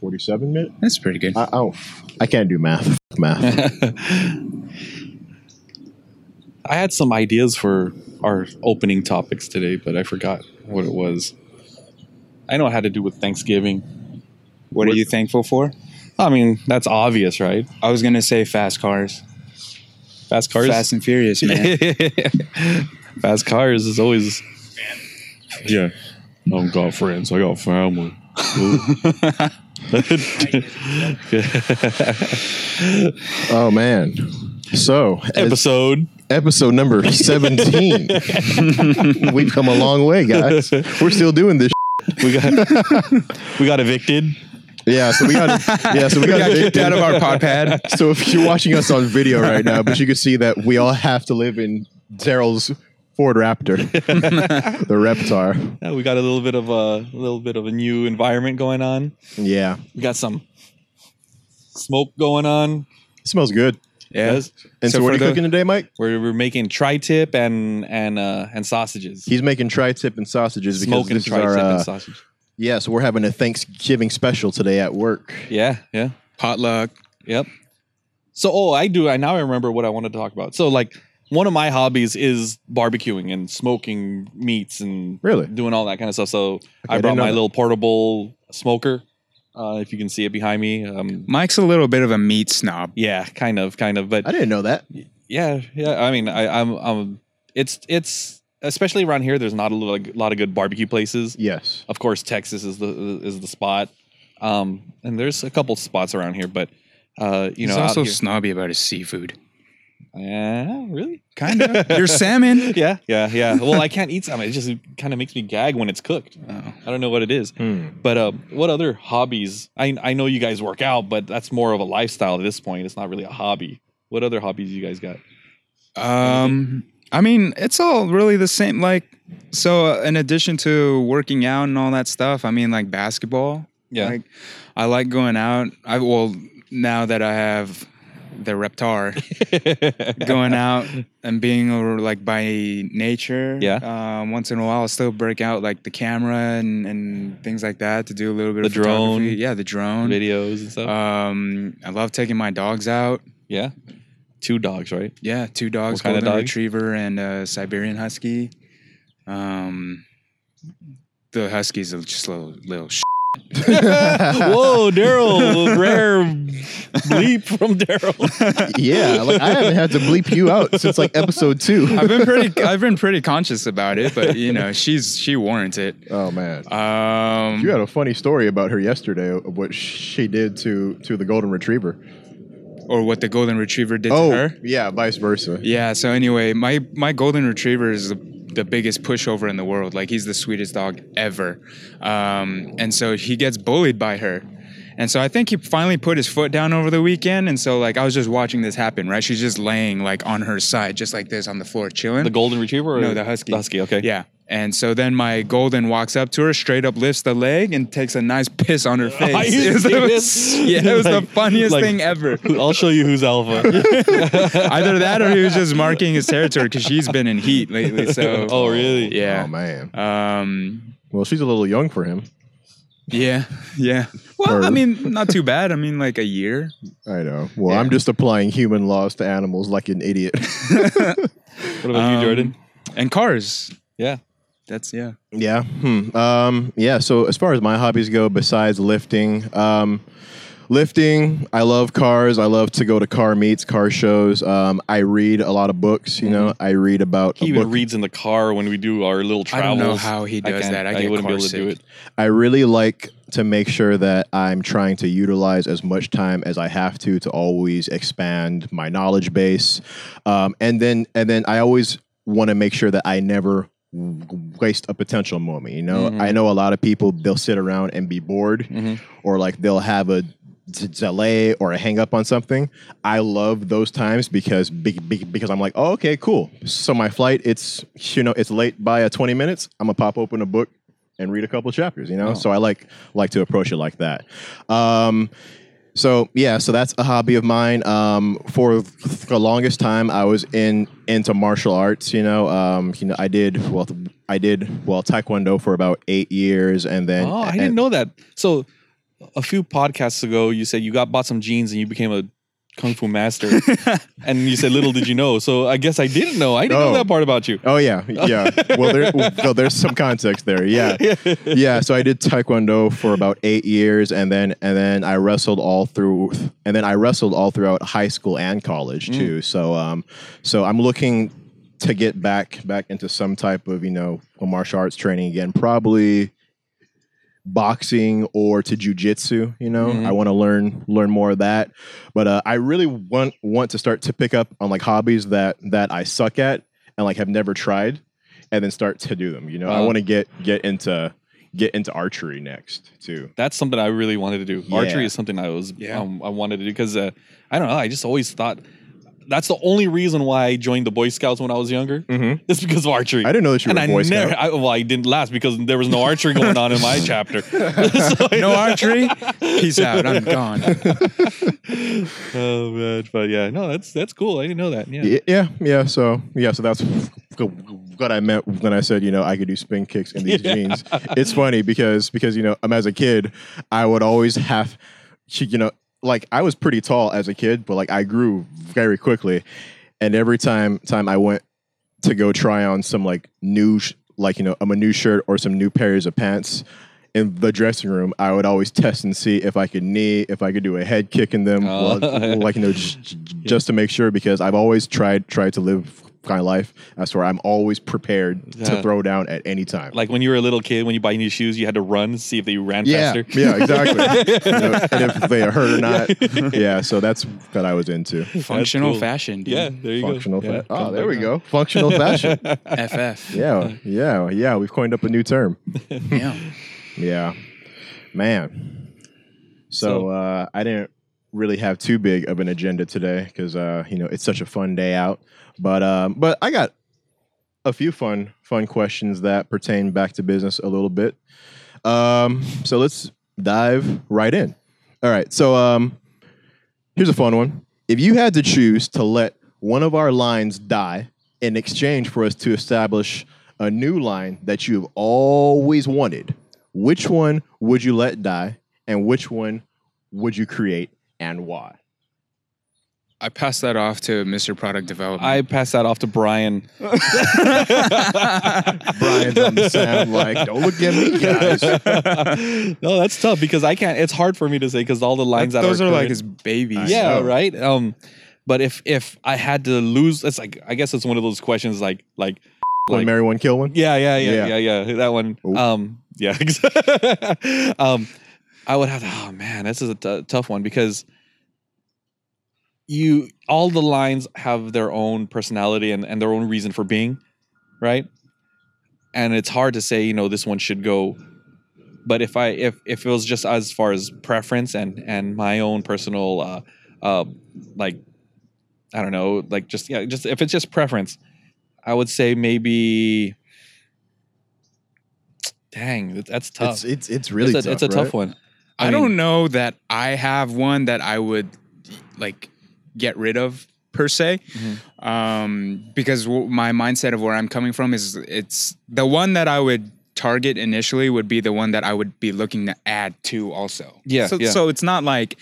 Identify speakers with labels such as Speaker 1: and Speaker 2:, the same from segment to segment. Speaker 1: 47 minutes.
Speaker 2: That's pretty good.
Speaker 1: I, oh, I can't do math. Fuck Math.
Speaker 3: I had some ideas for our opening topics today, but I forgot what it was. I know it had to do with Thanksgiving.
Speaker 2: what are you thankful for?
Speaker 3: I mean, that's obvious, right?
Speaker 2: I was gonna say fast cars,
Speaker 3: Fast cars.
Speaker 2: Fast and Furious, man.
Speaker 3: Fast cars is always. Yeah. I don't got friends. I got family.
Speaker 1: Oh, man. So, as-
Speaker 3: Episode.
Speaker 1: episode number 17. We've come a long way, guys. We're still doing this.
Speaker 3: We got we got evicted.
Speaker 1: shit. Yeah, so we got Yeah, so we got
Speaker 2: Get out of our pod pad.
Speaker 1: So if you're watching us on video right now, but you can see that we all have to live in Daryl's Ford Raptor, the Reptar.
Speaker 3: Yeah, we got a little bit of a, a little bit of a new environment going on.
Speaker 1: Yeah,
Speaker 3: We got some smoke going on.
Speaker 1: it smells good.
Speaker 2: Yeah.
Speaker 3: Yes.
Speaker 1: And so,
Speaker 2: So
Speaker 1: what
Speaker 2: for
Speaker 1: are you
Speaker 2: the-
Speaker 1: cooking today, Mike?
Speaker 3: We're, we're making tri-tip and and uh, and sausages.
Speaker 1: He's making tri-tip and sausages because
Speaker 3: Smoking
Speaker 1: this is our.
Speaker 3: tri-tip
Speaker 1: Uh,
Speaker 3: and sausage.
Speaker 1: yeah, so we're having a Thanksgiving special today at work.
Speaker 3: Yeah, yeah.
Speaker 2: Potluck.
Speaker 3: Yep. So, oh, I do. I now remember what I wanted to talk about. So, like, one of my hobbies is barbecuing and smoking meats and
Speaker 1: Really?
Speaker 3: doing all that kind of stuff. So, I
Speaker 1: I
Speaker 3: brought
Speaker 1: didn't know
Speaker 3: my
Speaker 1: that.
Speaker 3: little portable smoker. Uh, if you can see it behind me. Um,
Speaker 2: Mike's a little bit of a meat snob.
Speaker 3: yeah, kind of, kind of. But
Speaker 1: I didn't know that.
Speaker 3: yeah, yeah. I mean, I, I'm, I'm. It's, it's especially around here. There's not a lot of, lot of good barbecue places.
Speaker 1: Yes.
Speaker 3: of course Texas is the is the spot. Um, and there's a couple spots around here, but uh, you
Speaker 2: He's
Speaker 3: know, out
Speaker 2: also
Speaker 3: here-
Speaker 2: snobby about his seafood.
Speaker 3: yeah, really,
Speaker 2: Kind of. Your salmon.
Speaker 3: yeah, yeah, yeah. Well, I can't eat some. It just kind of makes me gag when it's cooked.
Speaker 2: Oh.
Speaker 3: I don't know what it is, but um, what other hobbies? I I know you guys work out, but that's more of a lifestyle at this point. It's not really a hobby. What other hobbies you guys got?
Speaker 2: Um, I mean, it's all really the same. Like, so uh, in addition to working out and all that stuff, I mean, like basketball.
Speaker 3: Yeah.
Speaker 2: Like, I like going out. I well now that I have the Reptar, going out and being over like by nature.
Speaker 3: Yeah.
Speaker 2: Um, once in a while, I'll still break out like the camera and and things like that to do a little bit
Speaker 3: The
Speaker 2: of photography.
Speaker 3: drone.
Speaker 2: Yeah, the drone.
Speaker 3: videos and stuff.
Speaker 2: Um, I love taking my dogs out.
Speaker 3: yeah, two dogs, right?
Speaker 2: Yeah, two dogs,
Speaker 3: What kind of
Speaker 2: golden
Speaker 3: dogs?
Speaker 2: retriever and a Siberian husky. Um, the huskies are just little little. Sh-
Speaker 3: Whoa, Daryl! Rare bleep from Daryl.
Speaker 1: yeah, like I haven't had to bleep you out since like episode two.
Speaker 2: I've been pretty. I've been pretty conscious about it, but you know, she's she warrants it.
Speaker 1: Oh man.
Speaker 2: Um,
Speaker 1: You had a funny story about her yesterday of what she did to to the golden retriever.
Speaker 2: or what the golden retriever did
Speaker 1: Oh,
Speaker 2: to her.
Speaker 1: yeah, vice versa.
Speaker 2: Yeah. So anyway, my my golden retriever is the, the biggest pushover in the world. Like he's the sweetest dog ever, um, and so he gets bullied by her. And so I think he finally put his foot down over the weekend. And so like I was just watching this happen, right? She's just laying like on her side, just like this on the floor, chilling.
Speaker 3: the golden retriever? Or
Speaker 2: No, the husky.
Speaker 3: husky. Okay.
Speaker 2: yeah. And so then my golden walks up to her, straight up lifts the leg, and takes a nice piss on her face.
Speaker 3: Are you
Speaker 2: It was the-
Speaker 3: serious?
Speaker 2: yeah, it was the
Speaker 3: Like-
Speaker 2: funniest
Speaker 3: like-
Speaker 2: thing ever.
Speaker 3: I'll show you who's alpha.
Speaker 2: Either that or he was just marking his territory because she's been in heat lately. So
Speaker 3: oh, really?
Speaker 1: Oh
Speaker 2: yeah,
Speaker 1: man.
Speaker 2: um,
Speaker 1: Well, she's a little young for him.
Speaker 2: yeah, yeah. Well, I
Speaker 1: Or-
Speaker 2: mean, not too bad. I mean, like a year.
Speaker 1: I know. Well,
Speaker 2: Yeah.
Speaker 1: I'm just applying human laws to animals like an idiot.
Speaker 3: What about
Speaker 2: Um,
Speaker 3: you, Jordan?
Speaker 2: And cars.
Speaker 3: Yeah.
Speaker 2: That's yeah.
Speaker 1: yeah. Hmm. Um, yeah. So as far as my hobbies go, besides lifting, um, lifting, I love cars. I love to go to car meets, car shows. Um, I read a lot of books. You know, I read about.
Speaker 3: Mm-hmm. He
Speaker 1: a
Speaker 3: even
Speaker 1: book.
Speaker 3: reads in the car when we do our little
Speaker 2: I
Speaker 3: travels.
Speaker 2: don't know how he does
Speaker 3: can't-
Speaker 2: that. I get car sick.
Speaker 1: I really like to make sure that I'm trying to utilize as much time as I have to to always expand my knowledge base, um, and then and then I always want to make sure that I never w- waste a potential moment. You know,
Speaker 3: Mhm.
Speaker 1: I know a lot of people they'll sit around and be bored,
Speaker 3: Mhm.
Speaker 1: or like they'll have a d- delay or a hang up on something. I love those times because be- be- because I'm like, oh, okay, cool. So my flight, it's you know, it's late by uh, 20 minutes. I'm gonna pop open a book and read a couple chapters. You
Speaker 3: Oh.
Speaker 1: know, so I like like to approach it like that. Um, so yeah, so that's a hobby of mine. Um, for the longest time, I was in into martial arts. You know, um, you know, I did well. I did well taekwondo for about eight years, and then
Speaker 3: Oh, I
Speaker 1: and-
Speaker 3: didn't know that. So a few podcasts ago you said you got bought some jeans and you became a kung fu master, and you said little did you know. So I guess I didn't know. I didn't know
Speaker 1: Oh.
Speaker 3: that part about you.
Speaker 1: Oh yeah, yeah. Well, there, well, there's some context there. Yeah, yeah. So I did taekwondo for about eight years, and then and then I wrestled all through, and then I wrestled all throughout high school and college too. So um, so I'm looking to get back back into some type of you know martial arts training again, probably boxing or to jujitsu. You know,
Speaker 3: Mhm.
Speaker 1: I want to learn learn more of that. But uh, I really want want to start to pick up on like hobbies that that I suck at and like have never tried, and then start to do them. You know, I
Speaker 3: Uh.
Speaker 1: want to get get into get into archery next too.
Speaker 3: That's something I really wanted to do.
Speaker 1: Yeah.
Speaker 3: Archery is something I was
Speaker 2: Yeah.
Speaker 3: um, I wanted to do because uh, I don't know. I just always thought that's the only reason why I joined the Boy Scouts when I was younger.
Speaker 1: Mm-hmm.
Speaker 3: It's because of archery.
Speaker 1: I didn't know that you
Speaker 3: and
Speaker 1: were a
Speaker 3: I
Speaker 1: Boy
Speaker 3: never,
Speaker 1: Scout.
Speaker 3: I, well, I didn't last because there was no archery going on in my chapter.
Speaker 2: no archery. Peace out. I'm gone.
Speaker 3: oh man, but yeah, no, that's that's cool. I didn't know that. Yeah,
Speaker 1: Y- Yeah, yeah. So yeah, so that's what I meant when I said you know I could do spin kicks in these
Speaker 3: Yeah.
Speaker 1: jeans. It's funny because because you know um, as a kid I would always have you know like I was pretty tall as a kid, but like I grew very quickly, and every time time I went to go try on some like new sh- like you know um, a new shirt or some new pairs of pants. In the dressing room, I would always test and see if I could knee, if I could do a head kick in them,
Speaker 3: Oh.
Speaker 1: while- like you know j- j- just to make sure because i've always tried tried to live my life that's where i'm always prepared
Speaker 3: Yeah.
Speaker 1: to throw down at any time
Speaker 3: like when you were a little kid, when you buy new shoes, you had to run see if they ran
Speaker 1: yeah
Speaker 3: faster.
Speaker 1: yeah exactly You know, and if they are hurt or not yeah so that's what i was into
Speaker 2: Functional
Speaker 3: cool.
Speaker 2: fashion. Dude.
Speaker 3: Yeah, there you
Speaker 1: functional
Speaker 3: go. Yeah,
Speaker 1: fashion oh
Speaker 3: come
Speaker 1: there
Speaker 3: back
Speaker 1: we
Speaker 3: on.
Speaker 1: go functional fashion
Speaker 2: FF.
Speaker 1: yeah yeah yeah we've coined up a new term
Speaker 2: Yeah.
Speaker 1: yeah man
Speaker 3: So-
Speaker 1: so uh i didn't really have too big of an agenda today because uh you know it's such a fun day out but um but i got a few fun fun questions that pertain back to business a little bit um so let's dive right in all right so um here's a fun one if you had to choose to let one of our lines die in exchange for us to establish a new line that you have always wanted which one would you let die and which one would you create and why?
Speaker 2: I passed that off to Mr. Product Development.
Speaker 3: I passed that off to Brian.
Speaker 1: Brian's on the sound like, don't look at me, guys.
Speaker 3: no, that's tough because I can't. It's hard for me to say because all the lines that,
Speaker 2: those are, like
Speaker 3: current-
Speaker 2: his babies. Oh,
Speaker 3: yeah,
Speaker 1: know.
Speaker 3: right. Um, but if if I had to lose, it's like I guess it's one of those questions like like
Speaker 1: One
Speaker 3: like-
Speaker 1: marry, one kill one?
Speaker 3: yeah, yeah, yeah, yeah,
Speaker 1: Yeah.
Speaker 3: yeah, That one.
Speaker 1: Oh.
Speaker 3: Um, yeah. um, I would have to. Oh man, this is a t- tough one because you all the lines have their own personality and, and their own reason for being, right? And it's hard to say, you know, this one should go. But if I if if it was just as far as preference and and my own personal uh uh like I don't know, like just yeah, just if it's just preference, I would say maybe. Dang, that- that's tough.
Speaker 1: It's, it's, it's really
Speaker 3: it's a,
Speaker 1: tough.
Speaker 3: it's a tough one.
Speaker 2: I,
Speaker 3: I
Speaker 2: don't
Speaker 3: mean-
Speaker 2: know that I have one that I would like get rid of per se,
Speaker 3: Mm-hmm.
Speaker 2: um, because w- my mindset of where I'm coming from is it's the one that I would target initially would be the one that I would be looking to add to also.
Speaker 3: Yeah,
Speaker 2: So,
Speaker 3: yeah.
Speaker 2: so it's not like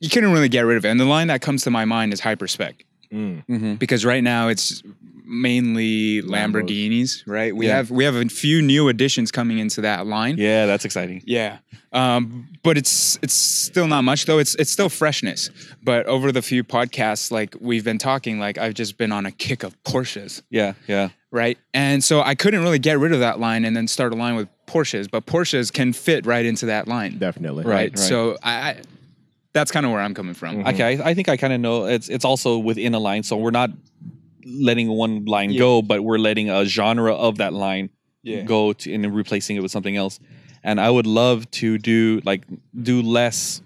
Speaker 2: you couldn't really get rid of it. And the line that comes to my mind is hyperspec
Speaker 1: Mm.
Speaker 3: Mhm.
Speaker 2: because right now it's mainly
Speaker 1: Lambos.
Speaker 2: Lamborghinis, right? We
Speaker 3: Yeah.
Speaker 2: have we have a few new additions coming into that line.
Speaker 3: Yeah, that's exciting.
Speaker 2: Yeah, um, but it's it's still not much though. It's it's still freshness. But over the few podcasts, like we've been talking, like I've just been on a kick of Porsches,
Speaker 3: Yeah, yeah.
Speaker 2: right? And so I couldn't really get rid of that line and then start a line with Porsches. But Porsches can fit right into that line,
Speaker 1: Definitely.
Speaker 3: Right. Mm-hmm.
Speaker 2: right? So I, I that's kind of where I'm coming from.
Speaker 3: Okay, I, I think I kind of know. It's it's also within a line, so we're not letting one line
Speaker 2: Yeah.
Speaker 3: go, but we're letting a genre of that line
Speaker 2: Yeah.
Speaker 3: go to, and then replacing it with something else. And I would love to do like do less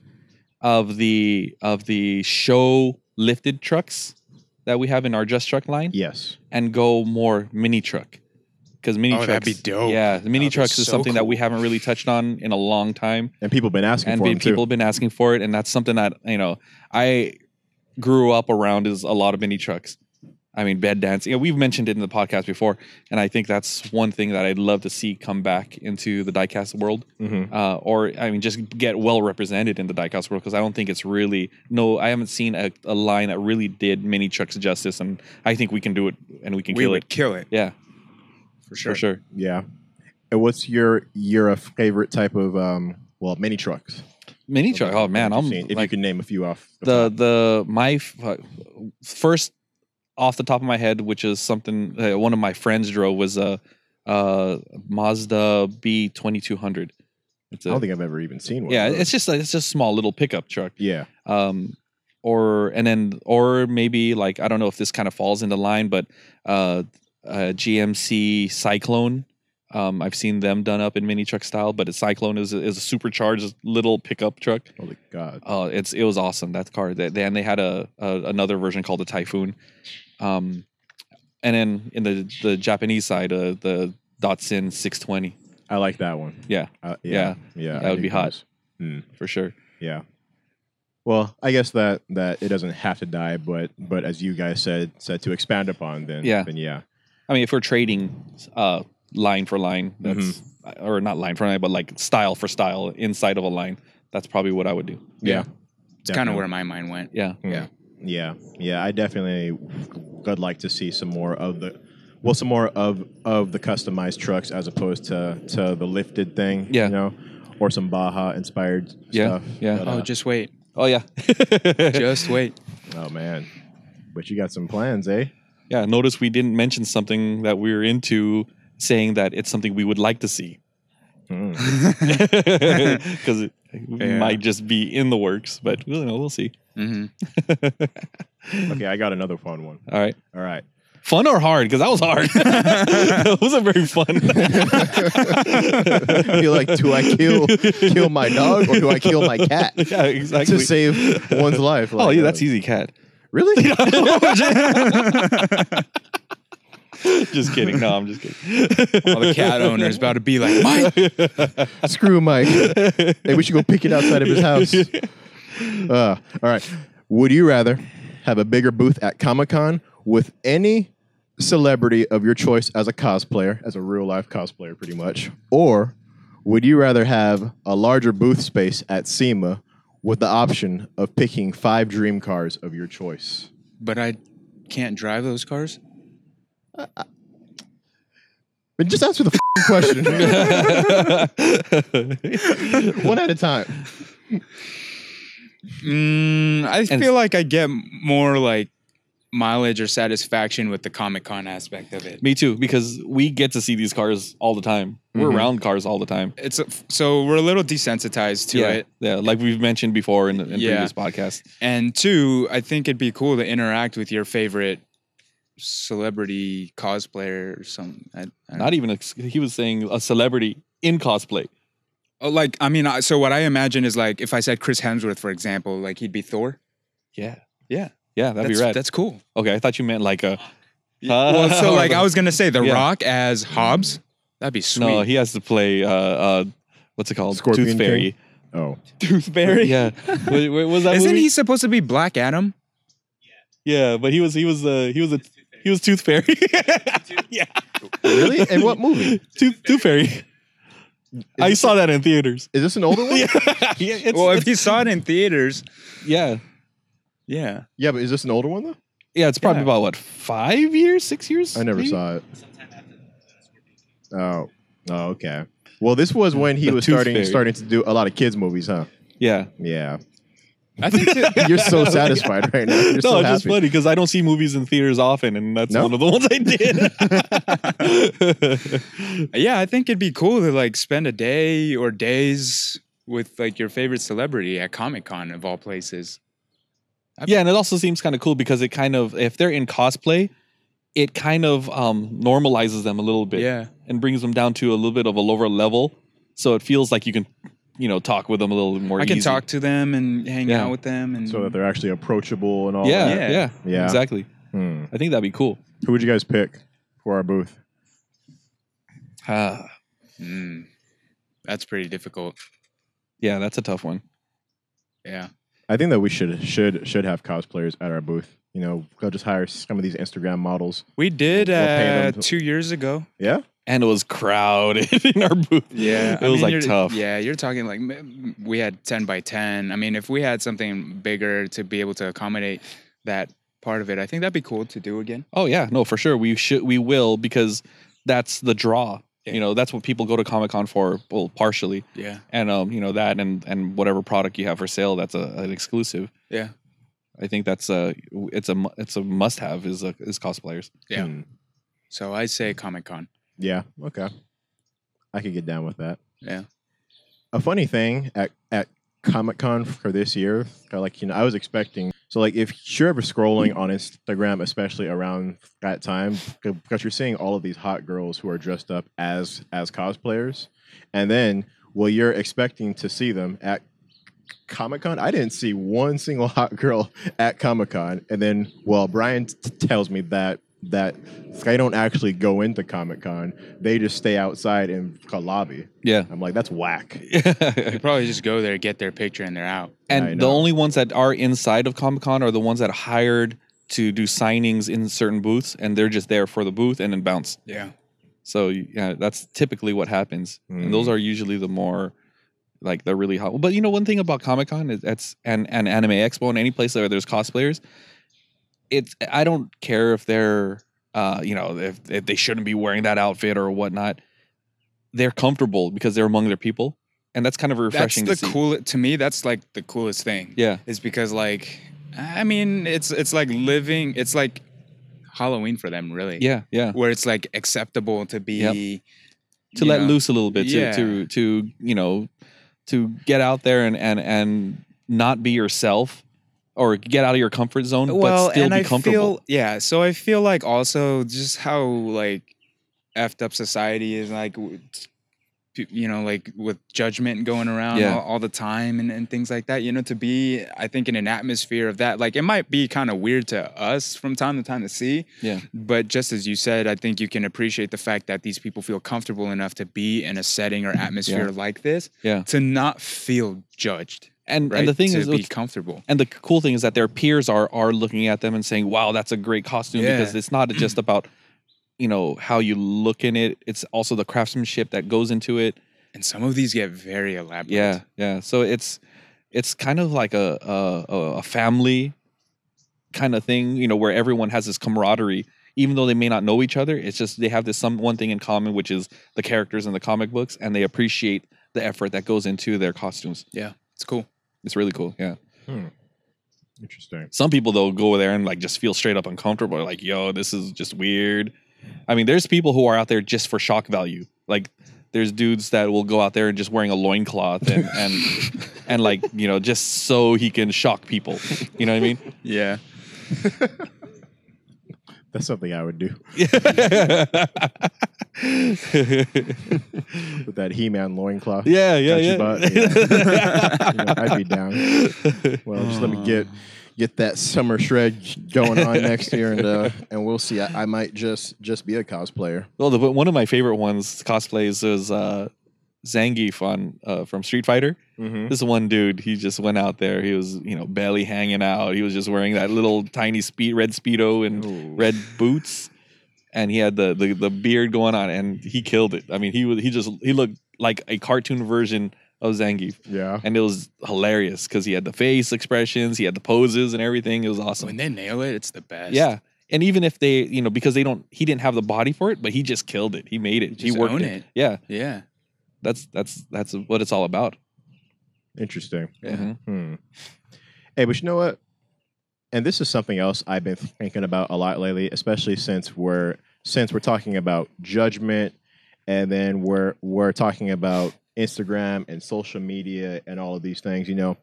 Speaker 3: of the of the show lifted trucks that we have in our just truck line.
Speaker 1: Yes.
Speaker 3: and go more mini truck because mini
Speaker 2: Oh,
Speaker 3: trucks
Speaker 2: that'd be dope.
Speaker 3: yeah the mini
Speaker 2: That'd be
Speaker 3: trucks is
Speaker 2: so
Speaker 3: something that we
Speaker 2: cool.
Speaker 3: haven't really touched on in a long time
Speaker 1: And people have been asking
Speaker 3: and
Speaker 1: for
Speaker 3: be-
Speaker 1: them
Speaker 3: people
Speaker 1: too.
Speaker 3: have been asking for it and that's something that you know i grew up around is a lot of mini trucks I mean, bed dancing. Yeah, We've mentioned it in the podcast before, and I think that's one thing that I'd love to see come back into the diecast world,
Speaker 1: Mhm.
Speaker 3: uh, or I mean, just get well represented in the diecast world because I don't think it's really no. I haven't seen a, a line that really did mini trucks justice, and I think we can do it and we can
Speaker 2: we
Speaker 3: kill
Speaker 2: would
Speaker 3: it.
Speaker 2: kill it
Speaker 3: Yeah,
Speaker 2: for sure.
Speaker 3: for sure.
Speaker 1: Yeah. And what's your your uh, favorite type of um well mini trucks?
Speaker 3: Mini truck. Oh man, I'm
Speaker 1: If you
Speaker 3: like
Speaker 1: can name a few off
Speaker 3: the the my f- uh, first off the top of my head, which is something uh, one of my friends drove was a, uh Mazda B twenty two hundred. It's
Speaker 1: I don't
Speaker 3: a
Speaker 1: think I've ever even seen one.
Speaker 3: yeah,
Speaker 1: of those.
Speaker 3: it's just like it's just a small little pickup truck.
Speaker 1: yeah.
Speaker 3: Um, or and then or maybe like I don't know if this kind of falls into line, but uh, uh GMC Cyclone. Um, I've seen them done up in mini truck style, but a Cyclone is a, is a supercharged little pickup truck.
Speaker 1: Holy God.
Speaker 3: Oh, it's it was awesome that car. They, they and they had a, a another version called the Typhoon, um, and then in the the Japanese side, uh, the Datsun 620
Speaker 1: I like that one.
Speaker 3: Yeah.
Speaker 1: Uh, yeah. Yeah.
Speaker 3: That
Speaker 1: I
Speaker 3: would
Speaker 1: dig
Speaker 3: be hot.
Speaker 1: those. Mm.
Speaker 3: for sure.
Speaker 1: Yeah. Well, I guess that that it doesn't have to die, but but as you guys said said to expand upon, then
Speaker 3: Yeah.
Speaker 1: then yeah,
Speaker 3: I mean, if we're trading uh, line for line, that's or not line for line, but like style for style inside of a line, that's probably what I would do.
Speaker 1: yeah.
Speaker 2: It's kind of
Speaker 1: Definitely.
Speaker 2: where my mind went.
Speaker 3: Yeah,
Speaker 2: Yeah.
Speaker 1: Yeah, yeah, I definitely would like to see some more of the, well, some more of of the customized trucks as opposed to to the lifted thing.
Speaker 3: Yeah.
Speaker 1: you know, or some Baja inspired
Speaker 3: yeah,
Speaker 1: stuff.
Speaker 3: yeah.
Speaker 1: But, uh,
Speaker 2: Oh, just wait.
Speaker 3: Oh yeah,
Speaker 2: Just wait.
Speaker 1: oh man, but you got some plans, eh?
Speaker 3: yeah. Notice we didn't mention something that we are into, saying that it's something we would like to see.
Speaker 1: Mm.
Speaker 3: because it
Speaker 2: Yeah.
Speaker 3: might just be in the works, but you know, we'll see.
Speaker 2: hmm
Speaker 1: Okay, I got another fun one.
Speaker 3: All right.
Speaker 1: All right,
Speaker 3: Fun or hard? Because that was hard. that wasn't very fun.
Speaker 1: you're like, do I kill kill my dog or do I kill my cat
Speaker 3: Yeah, exactly.
Speaker 1: to save one's life?
Speaker 3: oh,
Speaker 1: Like,
Speaker 3: yeah,
Speaker 1: uh,
Speaker 3: that's easy, cat.
Speaker 1: Really?
Speaker 3: Just kidding. No, I'm just kidding.
Speaker 2: All the cat owners about to be like, Mike,
Speaker 1: Screw Mike. hey, we should go pick it outside of his house. Uh, all right. Would you rather have a bigger booth at Comic Con with any celebrity of your choice as a cosplayer, as a real life cosplayer, pretty much? Or would you rather have a larger booth space at SEMA with the option of picking five dream cars of your choice?
Speaker 2: but I can't drive those cars.
Speaker 1: But just answer the f***ing question one at a time.
Speaker 2: Mm, I
Speaker 3: And-
Speaker 2: feel like I get more like mileage or satisfaction with the Comic Con aspect of it.
Speaker 3: Me too, because we get to see these cars all the time. We're
Speaker 1: Mhm.
Speaker 3: around cars all the time.
Speaker 2: It's a, so we're a little desensitized to
Speaker 3: yeah,
Speaker 2: it,
Speaker 3: yeah, like we've mentioned before in, in
Speaker 2: Yeah.
Speaker 3: previous podcasts.
Speaker 2: and two, I think it'd be cool to interact with your favorite celebrity cosplayer or something. I, I
Speaker 3: Not even a, he was saying a celebrity in cosplay.
Speaker 2: Oh, like I mean, I- so what I imagine is like if I said Chris Hemsworth, for example, like he'd be Thor.
Speaker 3: Yeah. Yeah. Yeah, that'd
Speaker 2: that's,
Speaker 3: be rad.
Speaker 2: That's cool.
Speaker 3: okay, I thought you meant like a.
Speaker 2: well, so like I was gonna say The
Speaker 3: Yeah.
Speaker 2: Rock as Hobbs. That'd be sweet.
Speaker 3: No, he has to play. Uh, uh, what's it called?
Speaker 1: Scorpion
Speaker 3: Tooth
Speaker 1: King?
Speaker 3: Fairy.
Speaker 1: Oh.
Speaker 2: Tooth Fairy.
Speaker 3: Yeah. what, what was that?
Speaker 2: Isn't
Speaker 3: movie?
Speaker 2: he supposed to be Black Adam?
Speaker 3: Yeah, but he was. He was. Uh, he was a. He was Tooth Fairy. yeah.
Speaker 1: Really? In what movie?
Speaker 3: Tooth Tooth Fairy. I saw that in theaters.
Speaker 1: Is this an older one?
Speaker 3: yeah. Yeah. It's,
Speaker 2: well, if
Speaker 3: it's-
Speaker 2: you saw it in theaters,
Speaker 3: yeah.
Speaker 2: yeah.
Speaker 1: Yeah, but is this an older one though?
Speaker 3: Yeah. It's probably
Speaker 2: Yeah.
Speaker 3: about what five years, six years.
Speaker 1: I never
Speaker 3: maybe?
Speaker 1: saw it. Oh, oh, okay. Well, this was when he
Speaker 3: The
Speaker 1: was
Speaker 3: Tooth
Speaker 1: starting
Speaker 3: Fairy.
Speaker 1: starting to do a lot of kids movies, huh?
Speaker 3: Yeah.
Speaker 1: Yeah.
Speaker 2: I think too,
Speaker 1: You're so satisfied right now. You're
Speaker 3: no,
Speaker 1: so
Speaker 3: it's just
Speaker 1: happy.
Speaker 3: funny because I don't see movies in theaters often, and that's
Speaker 1: No?
Speaker 3: one of the ones I did.
Speaker 2: yeah, I think it'd be cool to like spend a day or days with like your favorite celebrity at Comic Con of all places.
Speaker 3: yeah, and it also seems kind of cool because it kind of, if they're in cosplay, it kind of um, normalizes them a little bit
Speaker 2: Yeah.
Speaker 3: and brings them down to a little bit of a lower level. So it feels like you can, you know, talk with them a little more.
Speaker 2: I can
Speaker 3: easy.
Speaker 2: talk to them and hang
Speaker 3: Yeah.
Speaker 2: out with them and
Speaker 1: So that they're actually approachable and all
Speaker 3: Yeah,
Speaker 1: that.
Speaker 3: yeah,
Speaker 2: Yeah.
Speaker 3: yeah,
Speaker 1: Yeah.
Speaker 3: exactly.
Speaker 1: Hmm.
Speaker 3: I think that'd be cool.
Speaker 1: Who would you guys pick for our booth?
Speaker 3: Uh,
Speaker 2: Mm. that's pretty difficult.
Speaker 3: yeah, that's a tough one.
Speaker 2: Yeah.
Speaker 1: I think that we should should should have cosplayers at our booth. You know, go just hire some of these Instagram models.
Speaker 2: We did
Speaker 1: We'll pay
Speaker 2: uh,
Speaker 1: them to-
Speaker 2: two years ago.
Speaker 1: Yeah,
Speaker 3: and it was crowded in our booth. it
Speaker 2: I
Speaker 3: was
Speaker 2: mean,
Speaker 3: like
Speaker 2: you're-
Speaker 3: tough.
Speaker 2: Yeah, you're talking like m- we had ten by ten. I mean, if we had something bigger to be able to accommodate that part of it, I think that'd be cool to do again.
Speaker 3: Oh yeah, no, for sure. We should, we will, because that's the draw. You know, that's what people go to Comic Con for. Well, partially,
Speaker 2: Yeah,
Speaker 3: and um, you know that, and and whatever product you have for sale, that's a, an exclusive.
Speaker 2: yeah,
Speaker 3: I think that's a it's a mu- it's a must have is a, is cosplayers.
Speaker 2: Yeah.
Speaker 1: Hmm.
Speaker 2: So I say Comic Con.
Speaker 1: yeah. Okay, I could get down with that.
Speaker 2: Yeah.
Speaker 1: A funny thing at at Comic Con for this year, kinda like you know, I was expecting. So like, if you're ever scrolling on Instagram, especially around that time, because you're seeing all of these hot girls who are dressed up as as cosplayers, and then well, you're expecting to see them at Comic Con. I didn't see one single hot girl at Comic Con, and then well, Brian t- tells me that that they don't actually go into Comic Con; they just stay outside in the lobby.
Speaker 3: Yeah.
Speaker 1: I'm like, that's whack.
Speaker 2: You probably just go there, get their picture, and they're out.
Speaker 1: I
Speaker 3: and the
Speaker 1: know.
Speaker 3: only ones that are inside of Comic Con are the ones that hired to do signings in certain booths, and they're just there for the booth and then bounce.
Speaker 2: Yeah,
Speaker 3: So yeah, that's typically what happens,
Speaker 1: Mm.
Speaker 3: and those are usually the more like the really hot. But you know, one thing about Comic Con is that's and and Anime Expo and any place where there's cosplayers, it's I don't care if they're uh you know if, if they shouldn't be wearing that outfit or whatnot. They're comfortable because they're among their people, and that's kind of refreshing
Speaker 2: that's the
Speaker 3: to see.
Speaker 2: cool. To me, that's like the coolest thing.
Speaker 3: yeah,
Speaker 2: is because like I mean it's it's like living it's like Halloween for them really.
Speaker 3: yeah, yeah.
Speaker 2: Where it's like acceptable to be
Speaker 3: Yep. to
Speaker 2: you
Speaker 3: let
Speaker 2: know,
Speaker 3: loose a little bit, to
Speaker 2: Yeah.
Speaker 3: to to you know, to get out there and and and not be yourself, or get out of your comfort zone,
Speaker 2: Well,
Speaker 3: but still
Speaker 2: and
Speaker 3: be
Speaker 2: I
Speaker 3: comfortable.
Speaker 2: feel yeah, so I feel like also just how like effed up society is like w- p- you know like with judgment going around
Speaker 3: Yeah.
Speaker 2: all, all the time and, and things like that you know to be i think in an atmosphere of that like it might be kind of weird to us from time to time to see
Speaker 3: yeah,
Speaker 2: But just as you said, I think you can appreciate the fact that these people feel comfortable enough to be in a setting or atmosphere like this
Speaker 3: Mm-hmm. yeah.
Speaker 2: to not feel judged.
Speaker 3: And
Speaker 2: Right?
Speaker 3: and the thing
Speaker 2: to
Speaker 3: is,
Speaker 2: be
Speaker 3: with-
Speaker 2: comfortable.
Speaker 3: and the cool thing is that their peers are are looking at them and saying, "Wow, that's a great costume," because
Speaker 2: Yeah.
Speaker 3: it's not just about you know how you look in it; it's also the craftsmanship that goes into it.
Speaker 2: And some of these get very elaborate.
Speaker 3: Yeah, yeah. So it's it's kind of like a a, a- a family kind of thing, you know, where everyone has this camaraderie, even though they may not know each other. It's just they have this some one thing in common, which is the characters in the comic books, and they appreciate the effort that goes into their costumes.
Speaker 2: it's cool.
Speaker 3: It's really cool. Yeah.
Speaker 1: Interesting.
Speaker 3: Some people though go there and like just feel straight up uncomfortable. Like, yo, this is just weird. I mean, there's people who are out there just for shock value. Like, there's dudes that will go out there and just wearing a loincloth and and and like you know just so he can shock people. You know what I mean?
Speaker 2: Yeah,
Speaker 1: That's something I would do with that He-Man loincloth.
Speaker 3: yeah, yeah,
Speaker 1: Touchy
Speaker 3: yeah.
Speaker 1: butt, You know, I'd be down. Well, just let me get get that summer shred going on next year, and uh, and we'll see. I, I might just just be a cosplayer.
Speaker 3: Well, the, one of my favorite ones cosplays is uh, Zangief on uh, from Street Fighter.
Speaker 1: Mm-hmm.
Speaker 3: This one dude, he just went out there. He was, you know, belly hanging out. He was just wearing that little tiny speed red speedo and red boots, and he had the, the the beard going on, and he killed it. I mean, he was he just he looked like a cartoon version of Zangief,
Speaker 1: Yeah.
Speaker 3: and it was hilarious because he had the face expressions, he had the poses, and everything. It was awesome.
Speaker 2: when they nail it, it's the best.
Speaker 3: Yeah, and even if they, you know, because they don't, he didn't have the body for it, but he just killed it. He made it.
Speaker 2: Just
Speaker 3: he worked
Speaker 2: own
Speaker 3: it.
Speaker 2: it.
Speaker 3: Yeah,
Speaker 2: yeah,
Speaker 3: that's that's that's what it's all about.
Speaker 1: Interesting.
Speaker 2: yeah.
Speaker 3: Mhm.
Speaker 1: Hmm. Hey, but you know what? And this is something else I've been thinking about a lot lately, especially since we're since we're talking about judgment, and then we're we're talking about Instagram and social media and all of these things. You know,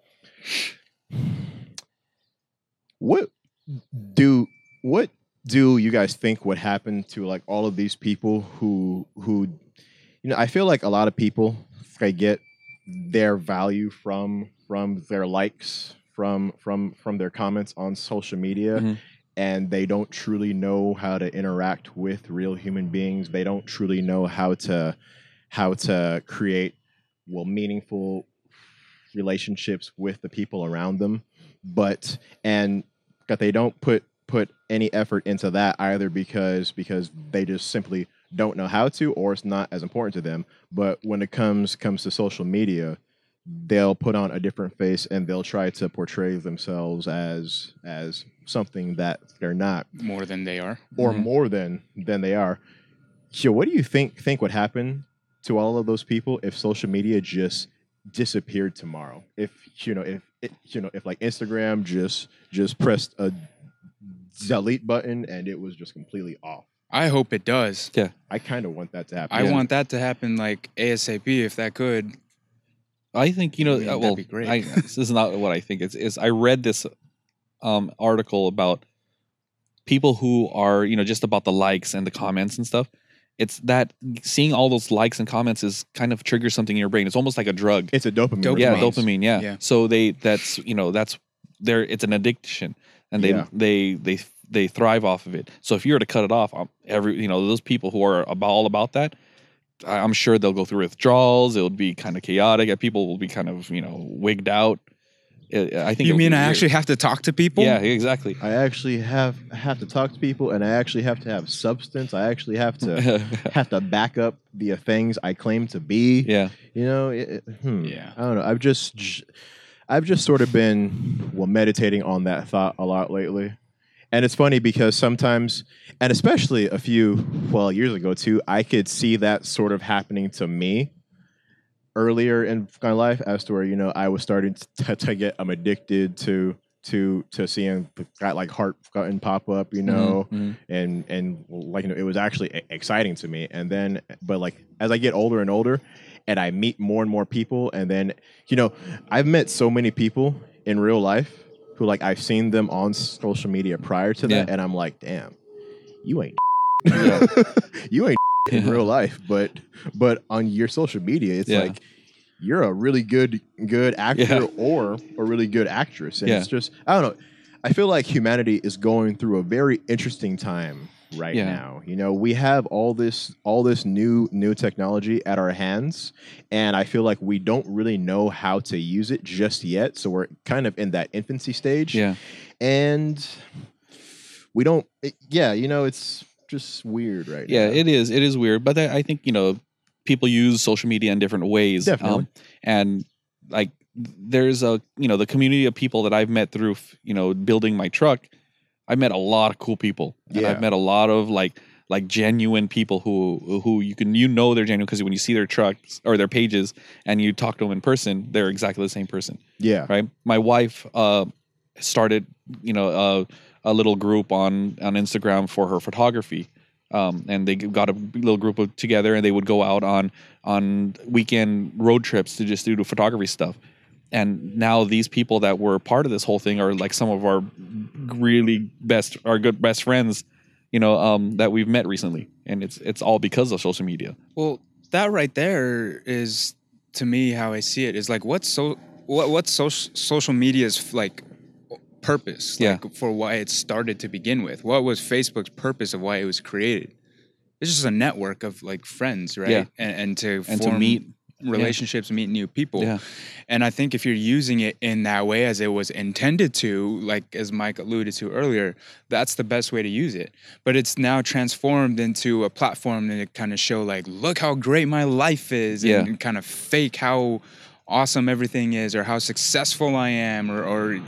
Speaker 1: what do what do you guys think would happen to like all of these people who who you know i feel like a lot of people they get their value from from their likes from from from their comments on social media
Speaker 3: Mhm.
Speaker 1: and they don't truly know how to interact with real human beings they don't truly know how to how to create well meaningful relationships with the people around them, but and that they don't put put any effort into that either because because they just simply don't know how to or it's not as important to them. But when it comes comes to social media, they'll put on a different face and they'll try to portray themselves as as something that they're not
Speaker 2: more than they are.
Speaker 1: or
Speaker 3: Mhm.
Speaker 1: more than than they are. So what do you think think would happen to all of those people if social media just disappeared tomorrow? If you know if it, you know if like Instagram just just pressed a delete button and it was just completely off.
Speaker 2: I hope it does.
Speaker 1: I kind of want that to happen.
Speaker 2: I
Speaker 3: Yeah.
Speaker 2: want that to happen like ASAP if that could.
Speaker 3: I think you know.
Speaker 2: I mean,
Speaker 3: uh,
Speaker 2: that'd
Speaker 3: well,
Speaker 2: be great.
Speaker 3: I, this is not what I think. It's is I read this um, article about people who are you know just about the likes and the comments and stuff. It's that seeing all those likes and comments is kind of triggers something in your brain. It's almost like a drug.
Speaker 1: It's a dopamine.
Speaker 2: Dopamine.
Speaker 3: yeah,
Speaker 1: response.
Speaker 3: dopamine. Yeah.
Speaker 2: Yeah.
Speaker 3: So they that's you know that's there. It's an addiction, and they
Speaker 1: Yeah.
Speaker 3: they they they thrive off of it. So if you were to cut it off, um, every you know those people who are about all about that, I- I'm sure they'll go through withdrawals. It'll be kind of chaotic. and People will be kind of you know wigged out. It, I think
Speaker 2: You
Speaker 3: it'll
Speaker 2: mean
Speaker 3: be
Speaker 2: I
Speaker 3: weird.
Speaker 2: actually have to talk to people?
Speaker 3: Yeah, exactly.
Speaker 1: I actually have have to talk to people, and I actually have to have substance. I actually have to have to back up the things I claim to be.
Speaker 3: yeah,
Speaker 1: You know, it, it- hmm,
Speaker 2: Yeah.
Speaker 1: I don't know. I've just, j- I've just sort of been well meditating on that thought a lot lately, and it's funny because sometimes, and especially a few well years ago too, I could see that sort of happening to me earlier in my life, as to where you know I was starting to, to get I'm addicted to to to seeing got like heart button pop up, you know
Speaker 3: Mhm,
Speaker 1: and and like you know, it was actually e- exciting to me. And then, but like as I get older and older, and I meet more and more people, and then you know, I've met so many people in real life who like I've seen them on social media prior to that,
Speaker 3: Yeah.
Speaker 1: and I'm like, damn, you ain't
Speaker 3: mhm.
Speaker 1: you ain't in
Speaker 3: Yeah.
Speaker 1: real life, but but on your social media, it's
Speaker 3: Yeah.
Speaker 1: like you're a really good good actor
Speaker 3: Yeah.
Speaker 1: or a really good actress, and it's just I don't know. I feel like humanity is going through a very interesting time right
Speaker 3: Yeah.
Speaker 1: now. You know, we have all this all this new new technology at our hands, and I feel like we don't really know how to use it just yet. So we're kind of in that infancy stage
Speaker 3: yeah.
Speaker 1: and we don't it- yeah you know it's just weird right
Speaker 3: yeah
Speaker 1: now.
Speaker 3: it is it is weird but I, I think you know people use social media in different ways um,
Speaker 1: Definitely.
Speaker 3: and like there's a you know the community of people that i've met through f- you know building my truck i met a lot of cool people and
Speaker 1: Yeah.
Speaker 3: i've met a lot of like like genuine people who who you can you know they're genuine because when you see their trucks or their pages and you talk to them in person they're exactly the same person
Speaker 1: yeah
Speaker 3: right my wife uh started you know uh, a little group on on instagram for her photography um, and they got a little group of, together and they would go out on on weekend road trips to just do the photography stuff and now these people that were part of this whole thing are like some of our really best our good best friends you know um, that we've met recently and it's it's all because of social media
Speaker 2: Well, that right there is to me how I see it is like what's so what what's so, social media's like purpose
Speaker 3: Yeah.
Speaker 2: like for why it started to begin with. What was Facebook's purpose of why it was created? It's just a network of like friends, right?
Speaker 3: Yeah.
Speaker 2: And, and to
Speaker 3: and to
Speaker 2: form
Speaker 3: meet
Speaker 2: relationships, meet new people.
Speaker 3: yeah
Speaker 2: And I think if you're using it in that way as it was intended to, like as Mike alluded to earlier, that's the best way to use it. But it's now transformed into a platform to kind of show like, look how great my life is
Speaker 3: Yeah.
Speaker 2: and kind of fake how awesome everything is or how successful I am or, or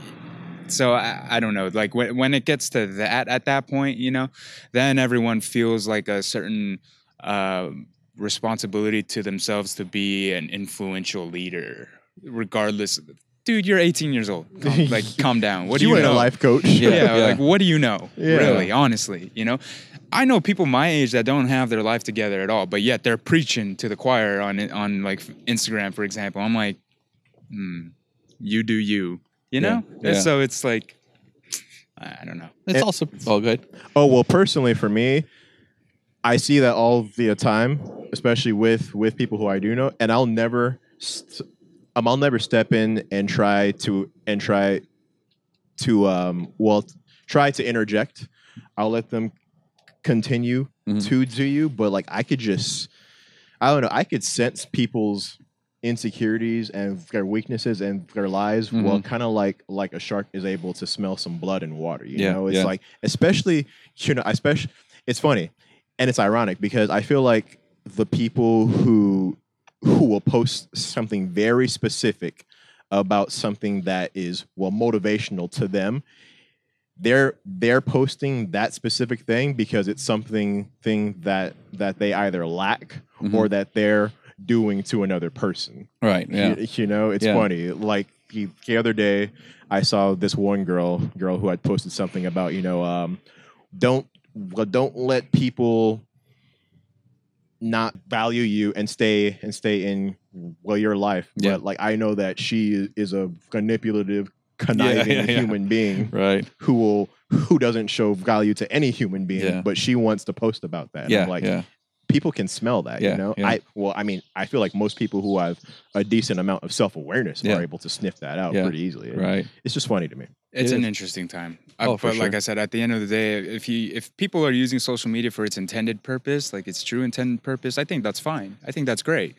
Speaker 2: so I, I don't know. Like when, when it gets to that at that point, you know, then everyone feels like a certain uh, responsibility to themselves to be an influential leader, regardless. Dude, you're 18 years old. Calm, like, calm down. What do you,
Speaker 1: ain't
Speaker 2: know?
Speaker 1: a life coach
Speaker 2: Yeah,
Speaker 3: Yeah, yeah.
Speaker 2: like what do you know?
Speaker 1: Yeah.
Speaker 2: Really, honestly, you know, I know people my age that don't have their life together at all, but yet they're preaching to the choir on on like Instagram, for example. I'm like, hmm, you do you, you know.
Speaker 3: Yeah. Yeah.
Speaker 2: So it's like, I don't know.
Speaker 3: it's
Speaker 1: It-
Speaker 3: also oh good
Speaker 1: oh well personally for me i see that all the time especially with with people who i do know and i'll never st- um, i'll never step in and try to and try to um well try to interject i'll let them continue
Speaker 3: Mhm.
Speaker 1: to do you but like i could just i don't know i could sense people's insecurities and their weaknesses and their lies well kind of like like a shark is able to smell some blood in water you
Speaker 3: Yeah,
Speaker 1: know it's
Speaker 3: yeah.
Speaker 1: like especially you know especially it's funny and it's ironic because i feel like the people who who will post something very specific about something that is well motivational to them they're they're posting that specific thing because it's something thing that that they either lack
Speaker 3: Mhm.
Speaker 1: or that they're doing to another person
Speaker 3: Right. Yeah.
Speaker 1: you, you know it's
Speaker 3: Yeah.
Speaker 1: funny like the the other day i saw this one girl girl who had posted something about you know um don't well, don't let people not value you and stay and stay in well your life
Speaker 3: Yeah.
Speaker 1: but like i know that she is a manipulative conniving
Speaker 3: yeah, yeah.
Speaker 1: human being
Speaker 3: Right.
Speaker 1: who will who doesn't show value to any human being,
Speaker 3: Yeah.
Speaker 1: but she wants to post about that. And
Speaker 3: Yeah.
Speaker 1: I'm like
Speaker 3: yeah.
Speaker 1: people can smell that,
Speaker 3: Yeah,
Speaker 1: you know.
Speaker 3: yeah.
Speaker 1: I well, I mean, I feel like most people who have a decent amount of self awareness
Speaker 3: Yeah.
Speaker 1: are able to sniff that out
Speaker 3: Yeah.
Speaker 1: pretty easily.
Speaker 3: Right.
Speaker 1: It's just funny to me.
Speaker 2: It's
Speaker 3: It
Speaker 2: an
Speaker 3: is.
Speaker 2: interesting time. I-
Speaker 3: Oh, for
Speaker 2: but like
Speaker 3: sure.
Speaker 2: I said, at the end of the day, if you if people are using social media for its intended purpose, like its true intended purpose, I think that's fine. I think that's great.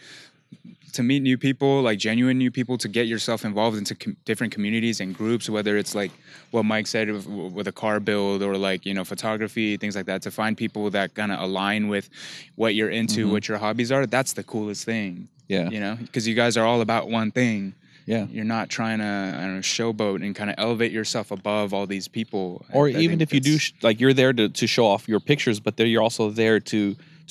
Speaker 2: To meet new people, like genuine new people, to get yourself involved into com- different communities and groups, whether it's like what Mike said with, with a car build or like you know photography, things like that. To find people that kind of align with what you're into,
Speaker 3: Mhm.
Speaker 2: what your hobbies are, that's the coolest thing.
Speaker 3: Yeah.
Speaker 2: You know, because you guys are all about one thing
Speaker 3: Yeah.
Speaker 2: you're not trying to I don't know, showboat and kind of elevate yourself above all these people.
Speaker 3: Or
Speaker 2: I- I
Speaker 3: even
Speaker 2: think
Speaker 3: if you do,
Speaker 2: that's-
Speaker 3: sh- like you're there to, to show off your pictures, but there you're also there to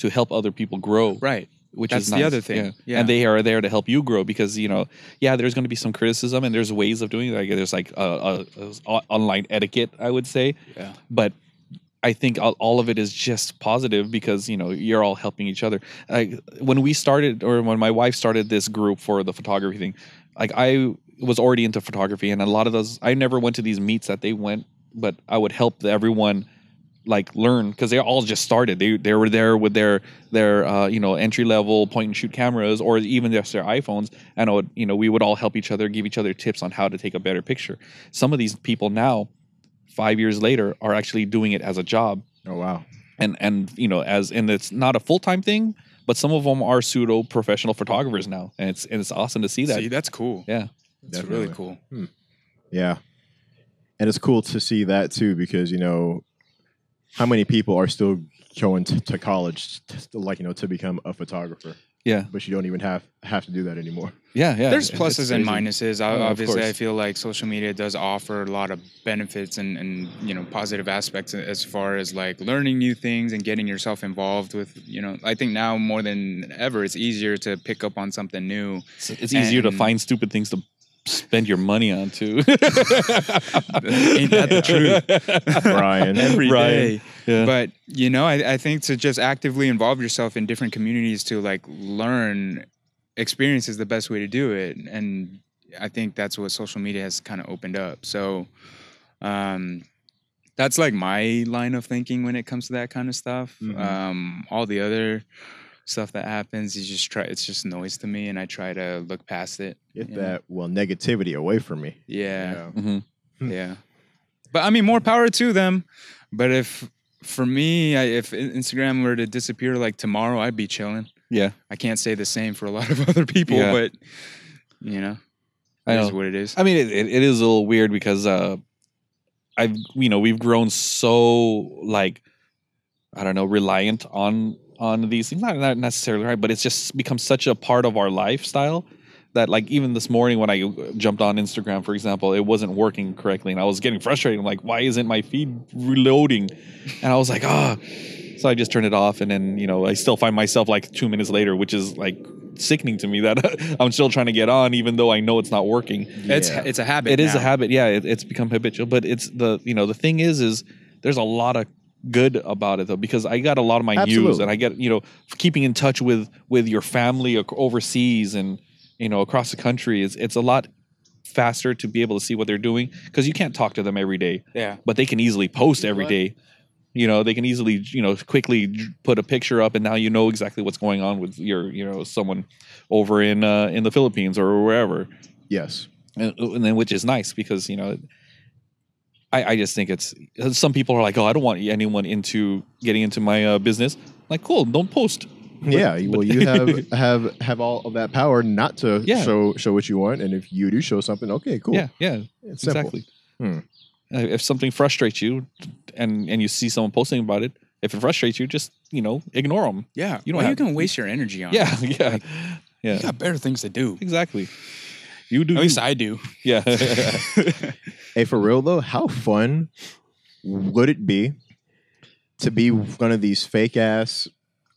Speaker 3: to help other people grow.
Speaker 2: right,
Speaker 3: Which
Speaker 2: That's
Speaker 3: is
Speaker 2: the
Speaker 3: nice.
Speaker 2: other thing. Yeah.
Speaker 3: And they are there to help you grow because you know, yeah, there's going to be some criticism and there's ways of doing it. Like there's like uh, uh, uh, online etiquette, I would say.
Speaker 2: yeah,
Speaker 3: but I think all, all of it is just positive because you know you're all helping each other. Like when we started, or when my wife started this group for the photography thing, like I was already into photography, and a lot of those I never went to these meets that they went, but I would help everyone like learn because they all just started. They they were there with their their uh, you know entry level point and shoot cameras or even just their iPhones, and I would you know we would all help each other, give each other tips on how to take a better picture. Some of these people now, five years later, are actually doing it as a job,
Speaker 1: Oh wow.
Speaker 3: and and you know as and it's not a full time thing, but some of them are pseudo professional photographers now, and it's and it's awesome to see that.
Speaker 2: see, that's cool.
Speaker 3: Yeah.
Speaker 2: that's really
Speaker 1: Definitely.
Speaker 2: cool.
Speaker 1: Yeah. And it's cool to see that too because you know how many people are still going to, to college to, like you know to become a photographer,
Speaker 3: yeah,
Speaker 1: but you don't even have have to do that anymore.
Speaker 3: yeah, yeah.
Speaker 2: There's
Speaker 3: It's-
Speaker 2: pluses
Speaker 3: it's
Speaker 2: and
Speaker 3: crazy.
Speaker 2: minuses.
Speaker 3: Oh,
Speaker 2: I,
Speaker 3: of
Speaker 2: obviously, I
Speaker 3: course.
Speaker 2: feel like social media does offer a lot of benefits and, and you know positive aspects as far as like learning new things and getting yourself involved with you know. I think now more than ever, it's easier to pick up on something new.
Speaker 3: It's, it's easier to
Speaker 2: And-
Speaker 3: find stupid things to spend your money on too. Ain't
Speaker 2: that the
Speaker 3: truth?
Speaker 1: Brian.
Speaker 2: every day.
Speaker 3: Right. Yeah.
Speaker 2: But you know, I, I think to just actively involve yourself in different communities to like learn experience is the best way to do it, and I think that's what social media has kind of opened up. So, um, that's like my line of thinking when it comes to that kind of stuff.
Speaker 1: Mhm.
Speaker 2: Um, all the other stuff that happens, you just try. It's just noise to me, and I try to look past it.
Speaker 1: Get
Speaker 2: Yeah.
Speaker 1: that well negativity away from me.
Speaker 2: Yeah.
Speaker 1: You know?
Speaker 3: Mhm.
Speaker 1: Hmm.
Speaker 2: Yeah. But I mean, more power to them. But if for me, I, if In- Instagram were to disappear like tomorrow, I'd be chilling.
Speaker 3: Yeah.
Speaker 2: I can't say the same for a lot of other people,
Speaker 3: Yeah.
Speaker 2: but you know,
Speaker 3: I
Speaker 2: it
Speaker 3: know.
Speaker 2: is what it is.
Speaker 3: I mean, it, it, it is a little weird because uh, I've you know we've grown so like I don't know reliant on on these things. Not not necessarily right, but it's just become such a part of our lifestyle that like even this morning when I jumped on Instagram, for example, it wasn't working correctly, and I was getting frustrated. I'm like, why isn't my feed reloading? And I was like, ah. So I just turned it off, and then you know I still find myself like two minutes later, which is like sickening to me that I'm still trying to get on, even though I know it's not working.
Speaker 2: It's
Speaker 1: Yeah.
Speaker 2: it's a habit.
Speaker 3: It is a
Speaker 2: now.
Speaker 3: habit. Yeah, it, it's become habitual. But it's the you know the thing is is there's a lot of good about it though because I got a lot of my news
Speaker 1: Absolutely.
Speaker 3: and I get you know keeping in touch with with your family ac- overseas and you know across the country is it's a lot faster to be able to see what they're doing because you can't talk to them every day
Speaker 2: Yeah.
Speaker 3: but they can easily post every day. You know, they can easily, you know, quickly j- put a picture up, and now you know exactly what's going on with your, you know, someone over in uh, in the Philippines or wherever,
Speaker 1: Yes.
Speaker 3: and, and then which is nice because you know, I, I just think it's some people are like, oh, I don't want anyone into getting into my uh, business. Like, cool, don't post.
Speaker 1: yeah, well, you have have have all of that power not to
Speaker 3: Yeah.
Speaker 1: show show what you want, and if you do show something, okay, cool.
Speaker 3: Yeah, yeah,
Speaker 1: It's simple.
Speaker 3: exactly.
Speaker 1: Hmm.
Speaker 3: Uh, If something frustrates you, and and you see someone posting about it, if it frustrates you, just you know ignore them.
Speaker 2: Yeah,
Speaker 3: You
Speaker 2: you
Speaker 3: don't
Speaker 2: know you
Speaker 3: have-
Speaker 2: can waste your energy on.
Speaker 3: Yeah,
Speaker 2: it.
Speaker 3: yeah,
Speaker 2: Like,
Speaker 3: yeah.
Speaker 2: you got better things to do.
Speaker 3: Exactly. You do.
Speaker 2: At
Speaker 3: you.
Speaker 2: least I do.
Speaker 3: yeah.
Speaker 1: Hey, for real though, how fun would it be to be one of these fake ass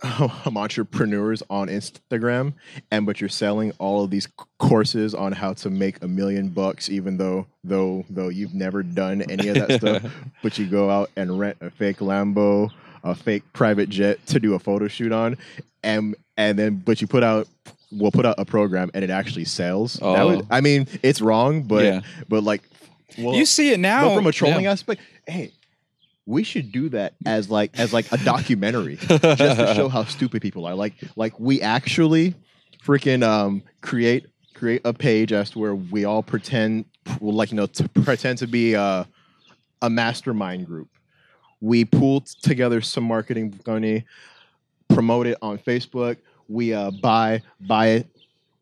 Speaker 1: um, entrepreneurs on Instagram, and but you're selling all of these c- courses on how to make a million bucks, even though though though you've never done any of that stuff, but you go out and rent a fake Lambo, a fake private jet to do a photo shoot on, and and then but you put out we'll put out a program and it actually sells. That would,
Speaker 3: Oh.
Speaker 1: I mean, it's wrong, but
Speaker 3: Yeah.
Speaker 1: but like. Well,
Speaker 2: you see it now.
Speaker 1: but from a trolling aspect, hey, we should do that as like as like a documentary just to show how stupid people are. Like like we actually freaking um create create a page as to where we all pretend well, like you know to pretend to be a a mastermind group. We pool t- together some marketing money, promote it on Facebook. We uh, buy buy it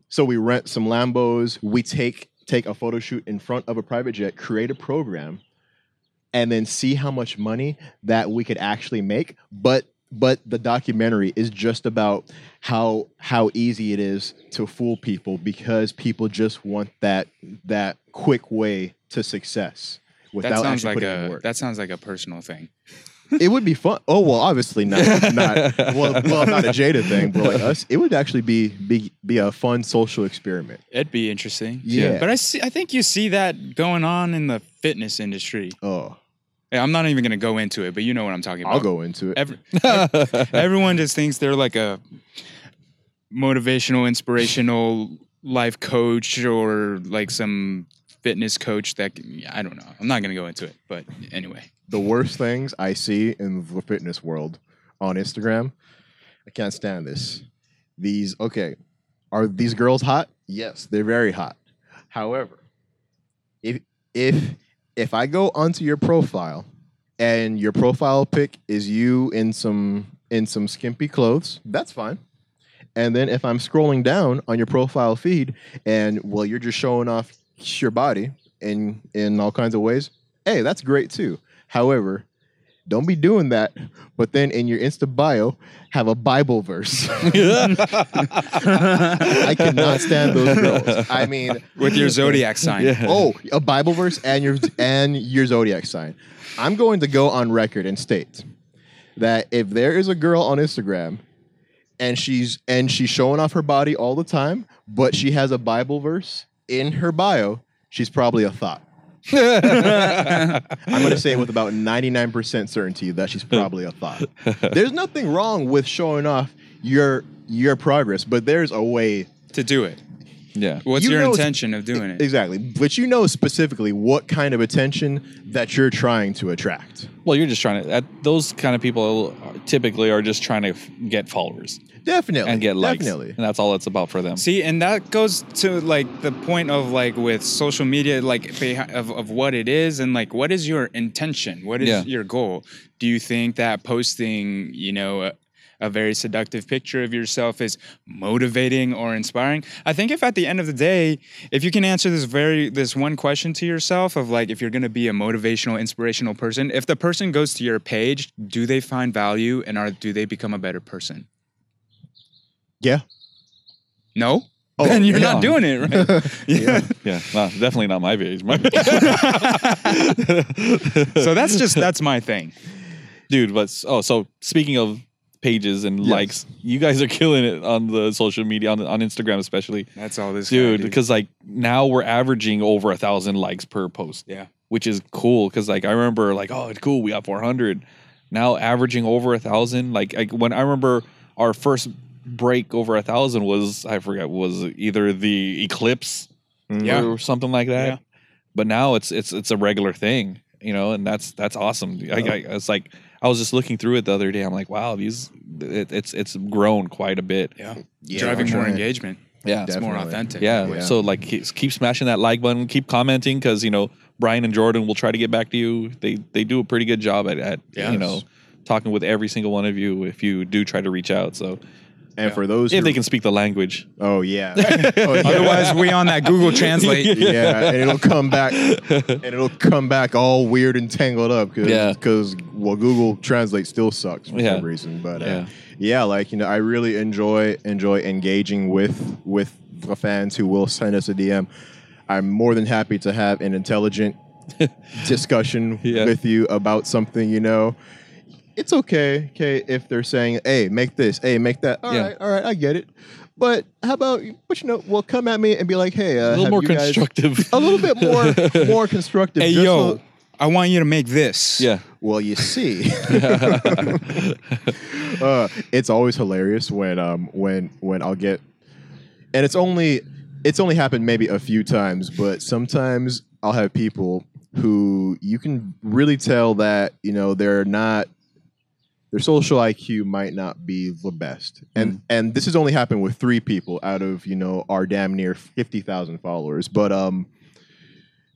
Speaker 1: so we rent some Lambos. We take take a photo shoot in front of a private jet, create a program, and then see how much money that we could actually make. But but the documentary is just about how how easy it is to fool people because people just want that that quick way to success without
Speaker 2: that sounds
Speaker 1: actually
Speaker 2: like
Speaker 1: putting in
Speaker 2: a
Speaker 1: work.
Speaker 2: that sounds like a personal thing.
Speaker 1: it would be fun. Oh well, obviously not not well, well not a Jada thing, but like us, it would actually be be be a fun social experiment.
Speaker 2: It'd be interesting.
Speaker 1: Yeah.
Speaker 2: But I see I think you see that going on in the fitness industry.
Speaker 1: Oh,
Speaker 2: Yeah, I'm not even gonna go into it, but you know what I'm talking about.
Speaker 1: I'll go into it.
Speaker 2: Every, everyone just thinks they're like a motivational, inspirational life coach or like some fitness coach that can- I don't know. I'm not gonna go into it, but anyway.
Speaker 1: the worst things I see in the fitness world on Instagram. I can't stand this. These okay, are these girls hot? Yes, they're very hot. However, if if if I go onto your profile and your profile pic is you in some in some skimpy clothes, that's fine. And then if I'm scrolling down on your profile feed and well you're just showing off your body in in all kinds of ways, hey, that's great too. However, don't be doing that, but then in your Insta bio, have a Bible verse. I cannot stand those girls. I mean,
Speaker 2: With your zodiac sign.
Speaker 3: Yeah.
Speaker 1: oh, a Bible verse and your and your zodiac sign. I'm going to go on record and state that if there is a girl on Instagram and she's and she's showing off her body all the time, but she has a Bible verse in her bio, she's probably a thought. I'm going to say it with about 99% certainty that she's probably a thought. There's nothing wrong with showing off your your progress, but there's a way
Speaker 2: To do it.
Speaker 3: yeah.
Speaker 2: What's
Speaker 1: You
Speaker 2: your
Speaker 1: know-
Speaker 2: intention of doing it?
Speaker 1: Exactly. But you know specifically what kind of attention that you're trying to attract.
Speaker 3: Well, you're just trying to. At, those kind of people are- typically are just trying to f- get followers
Speaker 1: Definitely.
Speaker 3: and get likes,
Speaker 1: Definitely.
Speaker 3: and that's all it's about for them.
Speaker 2: See, and that goes to like the point of like with social media, like behi- of, of what it is and like what is your intention? What is
Speaker 3: Yeah.
Speaker 2: your goal? Do you think that posting, you know, a, a very seductive picture of yourself is motivating or inspiring? I think if at the end of the day, if you can answer this very this one question to yourself of like if you're going to be a motivational, inspirational person, if the person goes to your page, do they find value and are do they become a better person?
Speaker 1: Yeah.
Speaker 2: No?
Speaker 1: Oh,
Speaker 2: then you're
Speaker 3: yeah.
Speaker 2: not doing it right. yeah.
Speaker 3: Yeah, no, definitely not my page. My
Speaker 2: So that's just that's my thing.
Speaker 3: dude, but s- oh, so speaking of pages and
Speaker 1: Yes.
Speaker 3: likes, you guys are killing it on the social media on on Instagram especially,
Speaker 2: That's all this guy
Speaker 3: dude.
Speaker 2: did.
Speaker 3: Because like now we're averaging over a thousand likes per post.
Speaker 2: Yeah.
Speaker 3: which is cool because like I remember like oh it's cool we got 400 now averaging over a thousand like like when I remember our first break over a thousand was I forget was either the eclipse
Speaker 2: Mm-hmm. Yeah.
Speaker 3: or something like that
Speaker 2: Yeah.
Speaker 3: but now it's it's it's a regular thing you know and that's that's awesome I, I, it's like I was just looking through it the other day I'm like wow these it, it's it's grown quite a bit
Speaker 2: yeah.
Speaker 1: Yeah,
Speaker 2: driving
Speaker 1: I'm
Speaker 2: more
Speaker 1: trying.
Speaker 2: engagement.
Speaker 3: yeah
Speaker 2: It's more
Speaker 1: Definitely.
Speaker 2: authentic.
Speaker 3: yeah.
Speaker 1: Yeah.
Speaker 3: So like keep, keep smashing that like button, keep commenting because you know Brian and Jordan will try to get back to you. They they do a pretty good job at, at you
Speaker 1: Yes.
Speaker 3: know talking with every single one of you if you do try to reach out. So
Speaker 1: And
Speaker 2: Yeah.
Speaker 1: for those,
Speaker 3: if
Speaker 1: who,
Speaker 3: they can speak the language.
Speaker 1: oh yeah, Oh, yeah.
Speaker 2: Otherwise, we on that Google Translate.
Speaker 1: yeah, and it'll come back, and it'll come back all weird and tangled up because
Speaker 3: Yeah.
Speaker 1: well, Google Translate still sucks for
Speaker 3: Yeah.
Speaker 1: some reason, but uh,
Speaker 3: Yeah.
Speaker 1: yeah. like you know, I really enjoy enjoy engaging with with the fans who will send us a DM. I'm more than happy to have an intelligent discussion
Speaker 3: Yeah.
Speaker 1: with you about something you know. It's okay, okay, if they're saying, "Hey, make this," "Hey, make that." All right,
Speaker 3: Yeah.
Speaker 1: all right, I get it. But how about, but you know, well, come at me and be like, "Hey, uh,
Speaker 3: a little
Speaker 1: have
Speaker 3: more
Speaker 1: you guys-
Speaker 3: constructive.
Speaker 1: a little bit more more constructive.
Speaker 2: Hey
Speaker 1: just
Speaker 2: yo,
Speaker 1: a-
Speaker 2: I want you to make this.
Speaker 3: yeah.
Speaker 1: well, you see, uh, it's always hilarious when um when when I'll get, and it's only it's only happened maybe a few times, but sometimes I'll have people who you can really tell that you know they're not their social IQ might not be the best. And and this has only happened with three people out of, you know, our damn near 50,000 followers, but um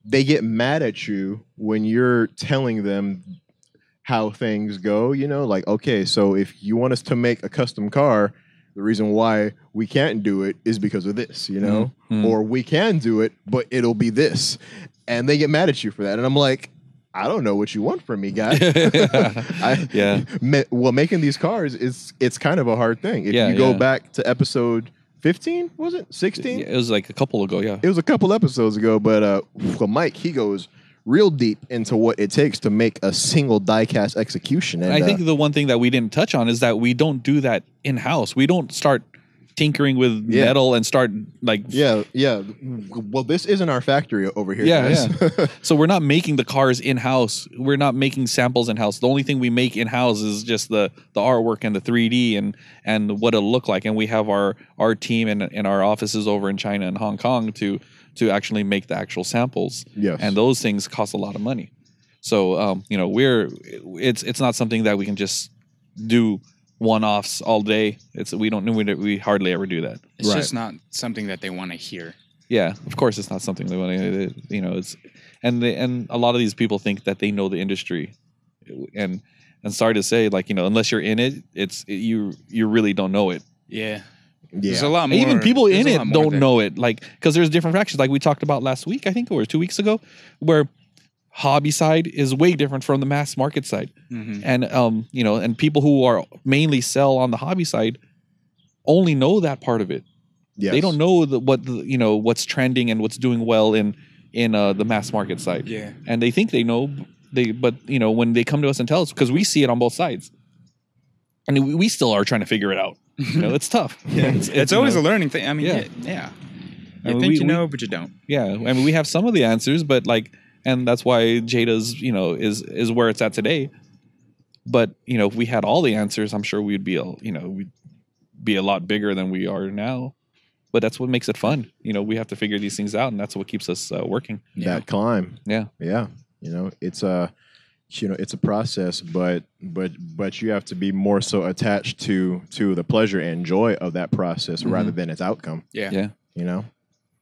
Speaker 1: they get mad at you when you're telling them how things go, you know, like okay, so if you want us to make a custom car, the reason why we can't do it is because of this, you know?
Speaker 3: Mhm.
Speaker 1: Or we can do it, but it'll be this. And they get mad at you for that. And I'm like, I don't know what you want from me, guy. I,
Speaker 3: Yeah.
Speaker 1: Ma- well, making these cars is it's kind of a hard thing. If
Speaker 3: Yeah,
Speaker 1: you go
Speaker 3: yeah.
Speaker 1: back to episode 15, was it 16?
Speaker 3: Yeah, It was like a couple ago, yeah.
Speaker 1: It was a couple episodes ago, but uh, well, Mike he goes real deep into what it takes to make a single diecast execution. And,
Speaker 3: I
Speaker 1: uh,
Speaker 3: think the one thing that we didn't touch on is that we don't do that in house. We don't start tinkering with
Speaker 1: Yeah.
Speaker 3: metal and start like
Speaker 1: yeah, yeah. Well, this isn't our factory over here.
Speaker 3: Yeah,
Speaker 1: guys.
Speaker 3: So we're not making the cars in house. We're not making samples in house. The only thing we make in house is just the the artwork and the 3D and and what it'll look like. And we have our our team and and our offices over in China and Hong Kong to to actually make the actual samples.
Speaker 1: Yes.
Speaker 3: And those things cost a lot of money. So um, you know, we're it's it's not something that we can just do one offs all day. It's we don't we, don't- we hardly ever do that.
Speaker 2: It's
Speaker 1: Right.
Speaker 2: just not something that they want to hear.
Speaker 3: Yeah, of course, it's not something they want to. You know, it's and they, and a lot of these people think that they know the industry, and and sorry to say, like you know, unless you're in it, it's you you really don't know it.
Speaker 2: Yeah.
Speaker 1: yeah.
Speaker 2: There's a lot more.
Speaker 3: Even people
Speaker 2: there's
Speaker 3: in
Speaker 2: a
Speaker 3: it
Speaker 2: lot more
Speaker 3: don't
Speaker 2: there.
Speaker 3: know it, like because there's different factions, like we talked about last week, I think, or two weeks ago, where hobby side is way different from the mass market side
Speaker 2: Mhm.
Speaker 3: and um you know and people who are mainly sell on the hobby side only know that part of it
Speaker 1: Yes.
Speaker 3: they don't know the, what the, you know what's trending and what's doing well in in uh, the mass market side
Speaker 2: Yeah.
Speaker 3: and they think they know they but you know when they come to us and tell us because we see it on both sides and we, we still are trying to figure it out you know it's tough yeah it's,
Speaker 2: It's, always a learning thing. I mean,
Speaker 3: Yeah.
Speaker 2: yeah. yeah.
Speaker 3: I
Speaker 2: You
Speaker 3: mean,
Speaker 2: think
Speaker 3: we-
Speaker 2: you
Speaker 3: we-
Speaker 2: know, but you don't.
Speaker 3: yeah i mean we have some of the answers but like and that's why jada's you know is is where it's at today but you know if we had all the answers i'm sure we'd be a you know we'd be a lot bigger than we are now but that's what makes it fun you know we have to figure these things out and that's what keeps us uh, working
Speaker 2: Yeah.
Speaker 1: that climb.
Speaker 3: Yeah.
Speaker 1: Yeah. You know, it's a you know, it's a process, but but but you have to be more so attached to to the pleasure and joy of that process
Speaker 3: Mhm.
Speaker 1: rather than its outcome,
Speaker 2: Mm-hmm. Yeah.
Speaker 3: Yeah.
Speaker 1: you know?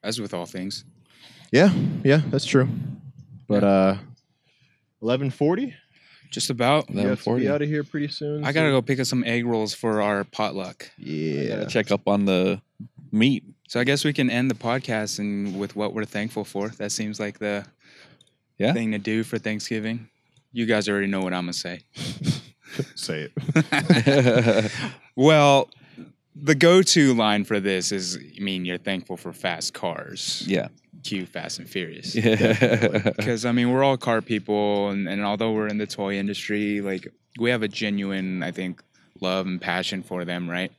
Speaker 2: As with all things.
Speaker 1: Yeah, yeah, that's true. But uh 1140,
Speaker 2: Just about.
Speaker 1: we have to
Speaker 3: 11:40.
Speaker 1: be out of here pretty soon.
Speaker 2: I gotta go pick up some egg rolls for our potluck.
Speaker 3: I
Speaker 1: Yeah.
Speaker 3: gotta check up on the meat
Speaker 2: So I guess we can end the podcast and with what we're thankful for. That seems like the
Speaker 3: Yeah.
Speaker 2: thing to do for Thanksgiving. You guys already know what I'm gonna say.
Speaker 1: Say it.
Speaker 2: Well, the go-to line for this is, I mean, you're thankful for fast cars.
Speaker 3: yeah
Speaker 2: Cue Fast and Furious.
Speaker 3: yeah
Speaker 2: Because I mean, we're all car people, and, and although we're in the toy industry, like we have a genuine, I think, love and passion for them, right?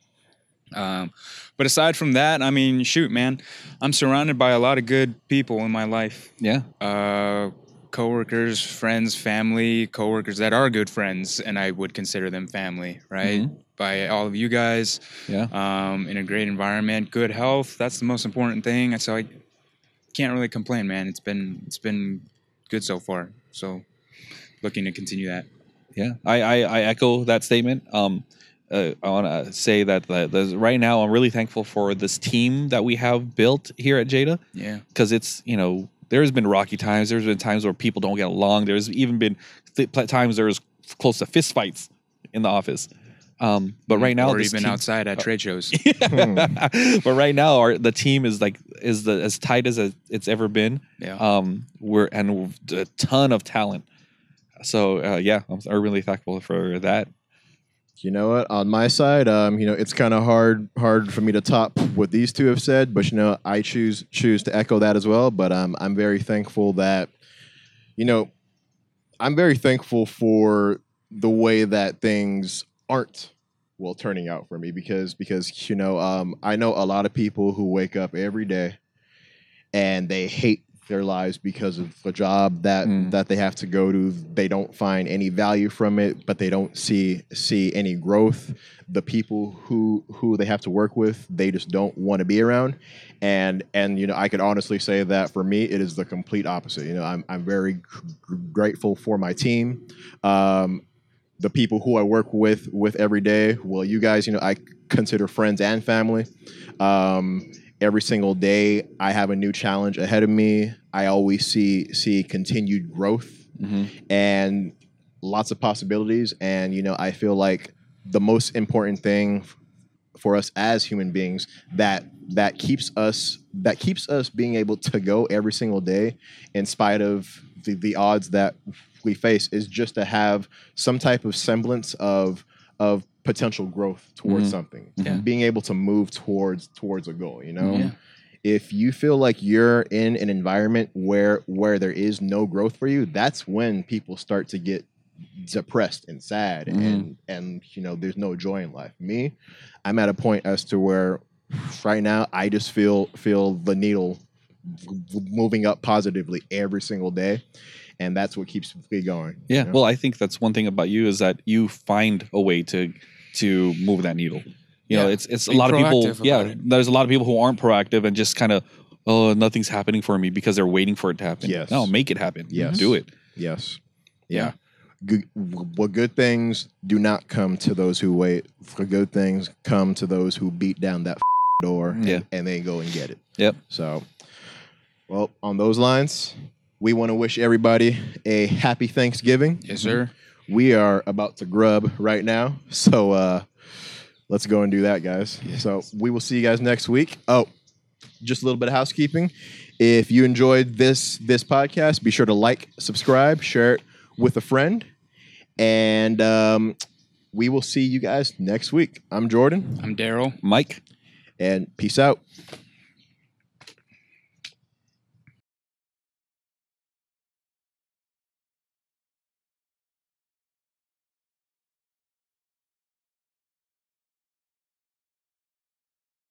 Speaker 2: Um, but aside from that, I mean, shoot, man, I'm surrounded by a lot of good people in my life.
Speaker 3: yeah
Speaker 2: Uh, coworkers, friends, family, coworkers that are good friends, and I would consider them family, right? By all of you guys,
Speaker 3: Mm-hmm. yeah
Speaker 2: um, in a great environment, good health. That's the most important thing. And so I can't really complain, man. It's been it's been good so far. So looking to continue that.
Speaker 3: Yeah, I, I, I echo that statement. Um, uh, I want to say that the, the, right now I'm really thankful for this team that we have built here at Jada
Speaker 2: Yeah.
Speaker 3: because it's you know there's been rocky times. There's been times where people don't get along. There's even been th- times there was close to fistfights in the office. Um, but right now,
Speaker 2: or
Speaker 3: this
Speaker 2: even Hmm.
Speaker 3: team- uh,
Speaker 2: outside at trade shows.
Speaker 3: but right now, our the team is like is the as tight as it's ever been.
Speaker 2: Yeah.
Speaker 3: Um, we're and a ton of talent. So uh, yeah, I'm, I'm really thankful for that.
Speaker 1: You know what? On my side, um, you know, it's kind of hard hard for me to top what these two have said, but you know, I choose choose to echo that as well. But um, I'm very thankful that, you know, I'm very thankful for the way that things aren't well turning out for me because because you know um, I know a lot of people who wake up every day and they hate their lives because of the job that
Speaker 3: Mm.
Speaker 1: that they have to go to they don't find any value from it but they don't see see any growth the people who who they have to work with they just don't want to be around and and you know i could honestly say that for me it is the complete opposite you know i'm, I'm very gr- grateful for my team um, the people who i work with with every day well you guys you know i consider friends and family um, every single day i have a new challenge ahead of me i always see see continued growth
Speaker 2: Mm-hmm.
Speaker 1: and lots of possibilities. And you know, I feel like the most important thing f- for us as human beings that that keeps us that keeps us being able to go every single day in spite of the, the odds that we face is just to have some type of semblance of of potential growth towards
Speaker 3: Mhm.
Speaker 1: something
Speaker 2: Yeah.
Speaker 1: being able to move towards towards a goal you know
Speaker 3: Mhm.
Speaker 2: Yeah.
Speaker 1: if you feel like you're in an environment where where there is no growth for you that's when people start to get depressed and sad
Speaker 2: Mm-hmm.
Speaker 1: and and you know there's no joy in life me i'm at a point as to where right now i just feel feel the needle moving up positively every single day and that's what keeps me going
Speaker 3: Yeah.
Speaker 1: you know?
Speaker 3: Well, I think that's one thing about you is that you find a way to to move that needle. You know,
Speaker 2: Yeah.
Speaker 3: it's it's a
Speaker 2: Be
Speaker 3: lot of people.
Speaker 2: proactive
Speaker 3: Yeah.
Speaker 2: about it.
Speaker 3: There's a lot of people who aren't proactive and just kind of oh nothing's happening for me because they're waiting for it to happen.
Speaker 1: Yes.
Speaker 3: No, make it happen.
Speaker 1: Yes.
Speaker 3: Do it.
Speaker 1: Yes.
Speaker 3: Yeah.
Speaker 1: Yeah. Good, well, good things do not come to those who wait. For good things come to those who beat down that door
Speaker 3: Yeah.
Speaker 1: and, and they go and get it.
Speaker 3: Yep.
Speaker 1: So, well, on those lines, we want to wish everybody a happy Thanksgiving.
Speaker 2: Yes, sir.
Speaker 1: We are about to grub right now. So, uh, let's go and do that, guys. So, we will see you guys next week. Oh, just a little bit of housekeeping. If you enjoyed this this podcast, be sure to like, subscribe, share it with a friend, and um, we
Speaker 3: mm-hmm.
Speaker 1: will see you guys next week. I'm Jordan,
Speaker 2: I'm Daryl.
Speaker 3: Mike.
Speaker 1: and peace out.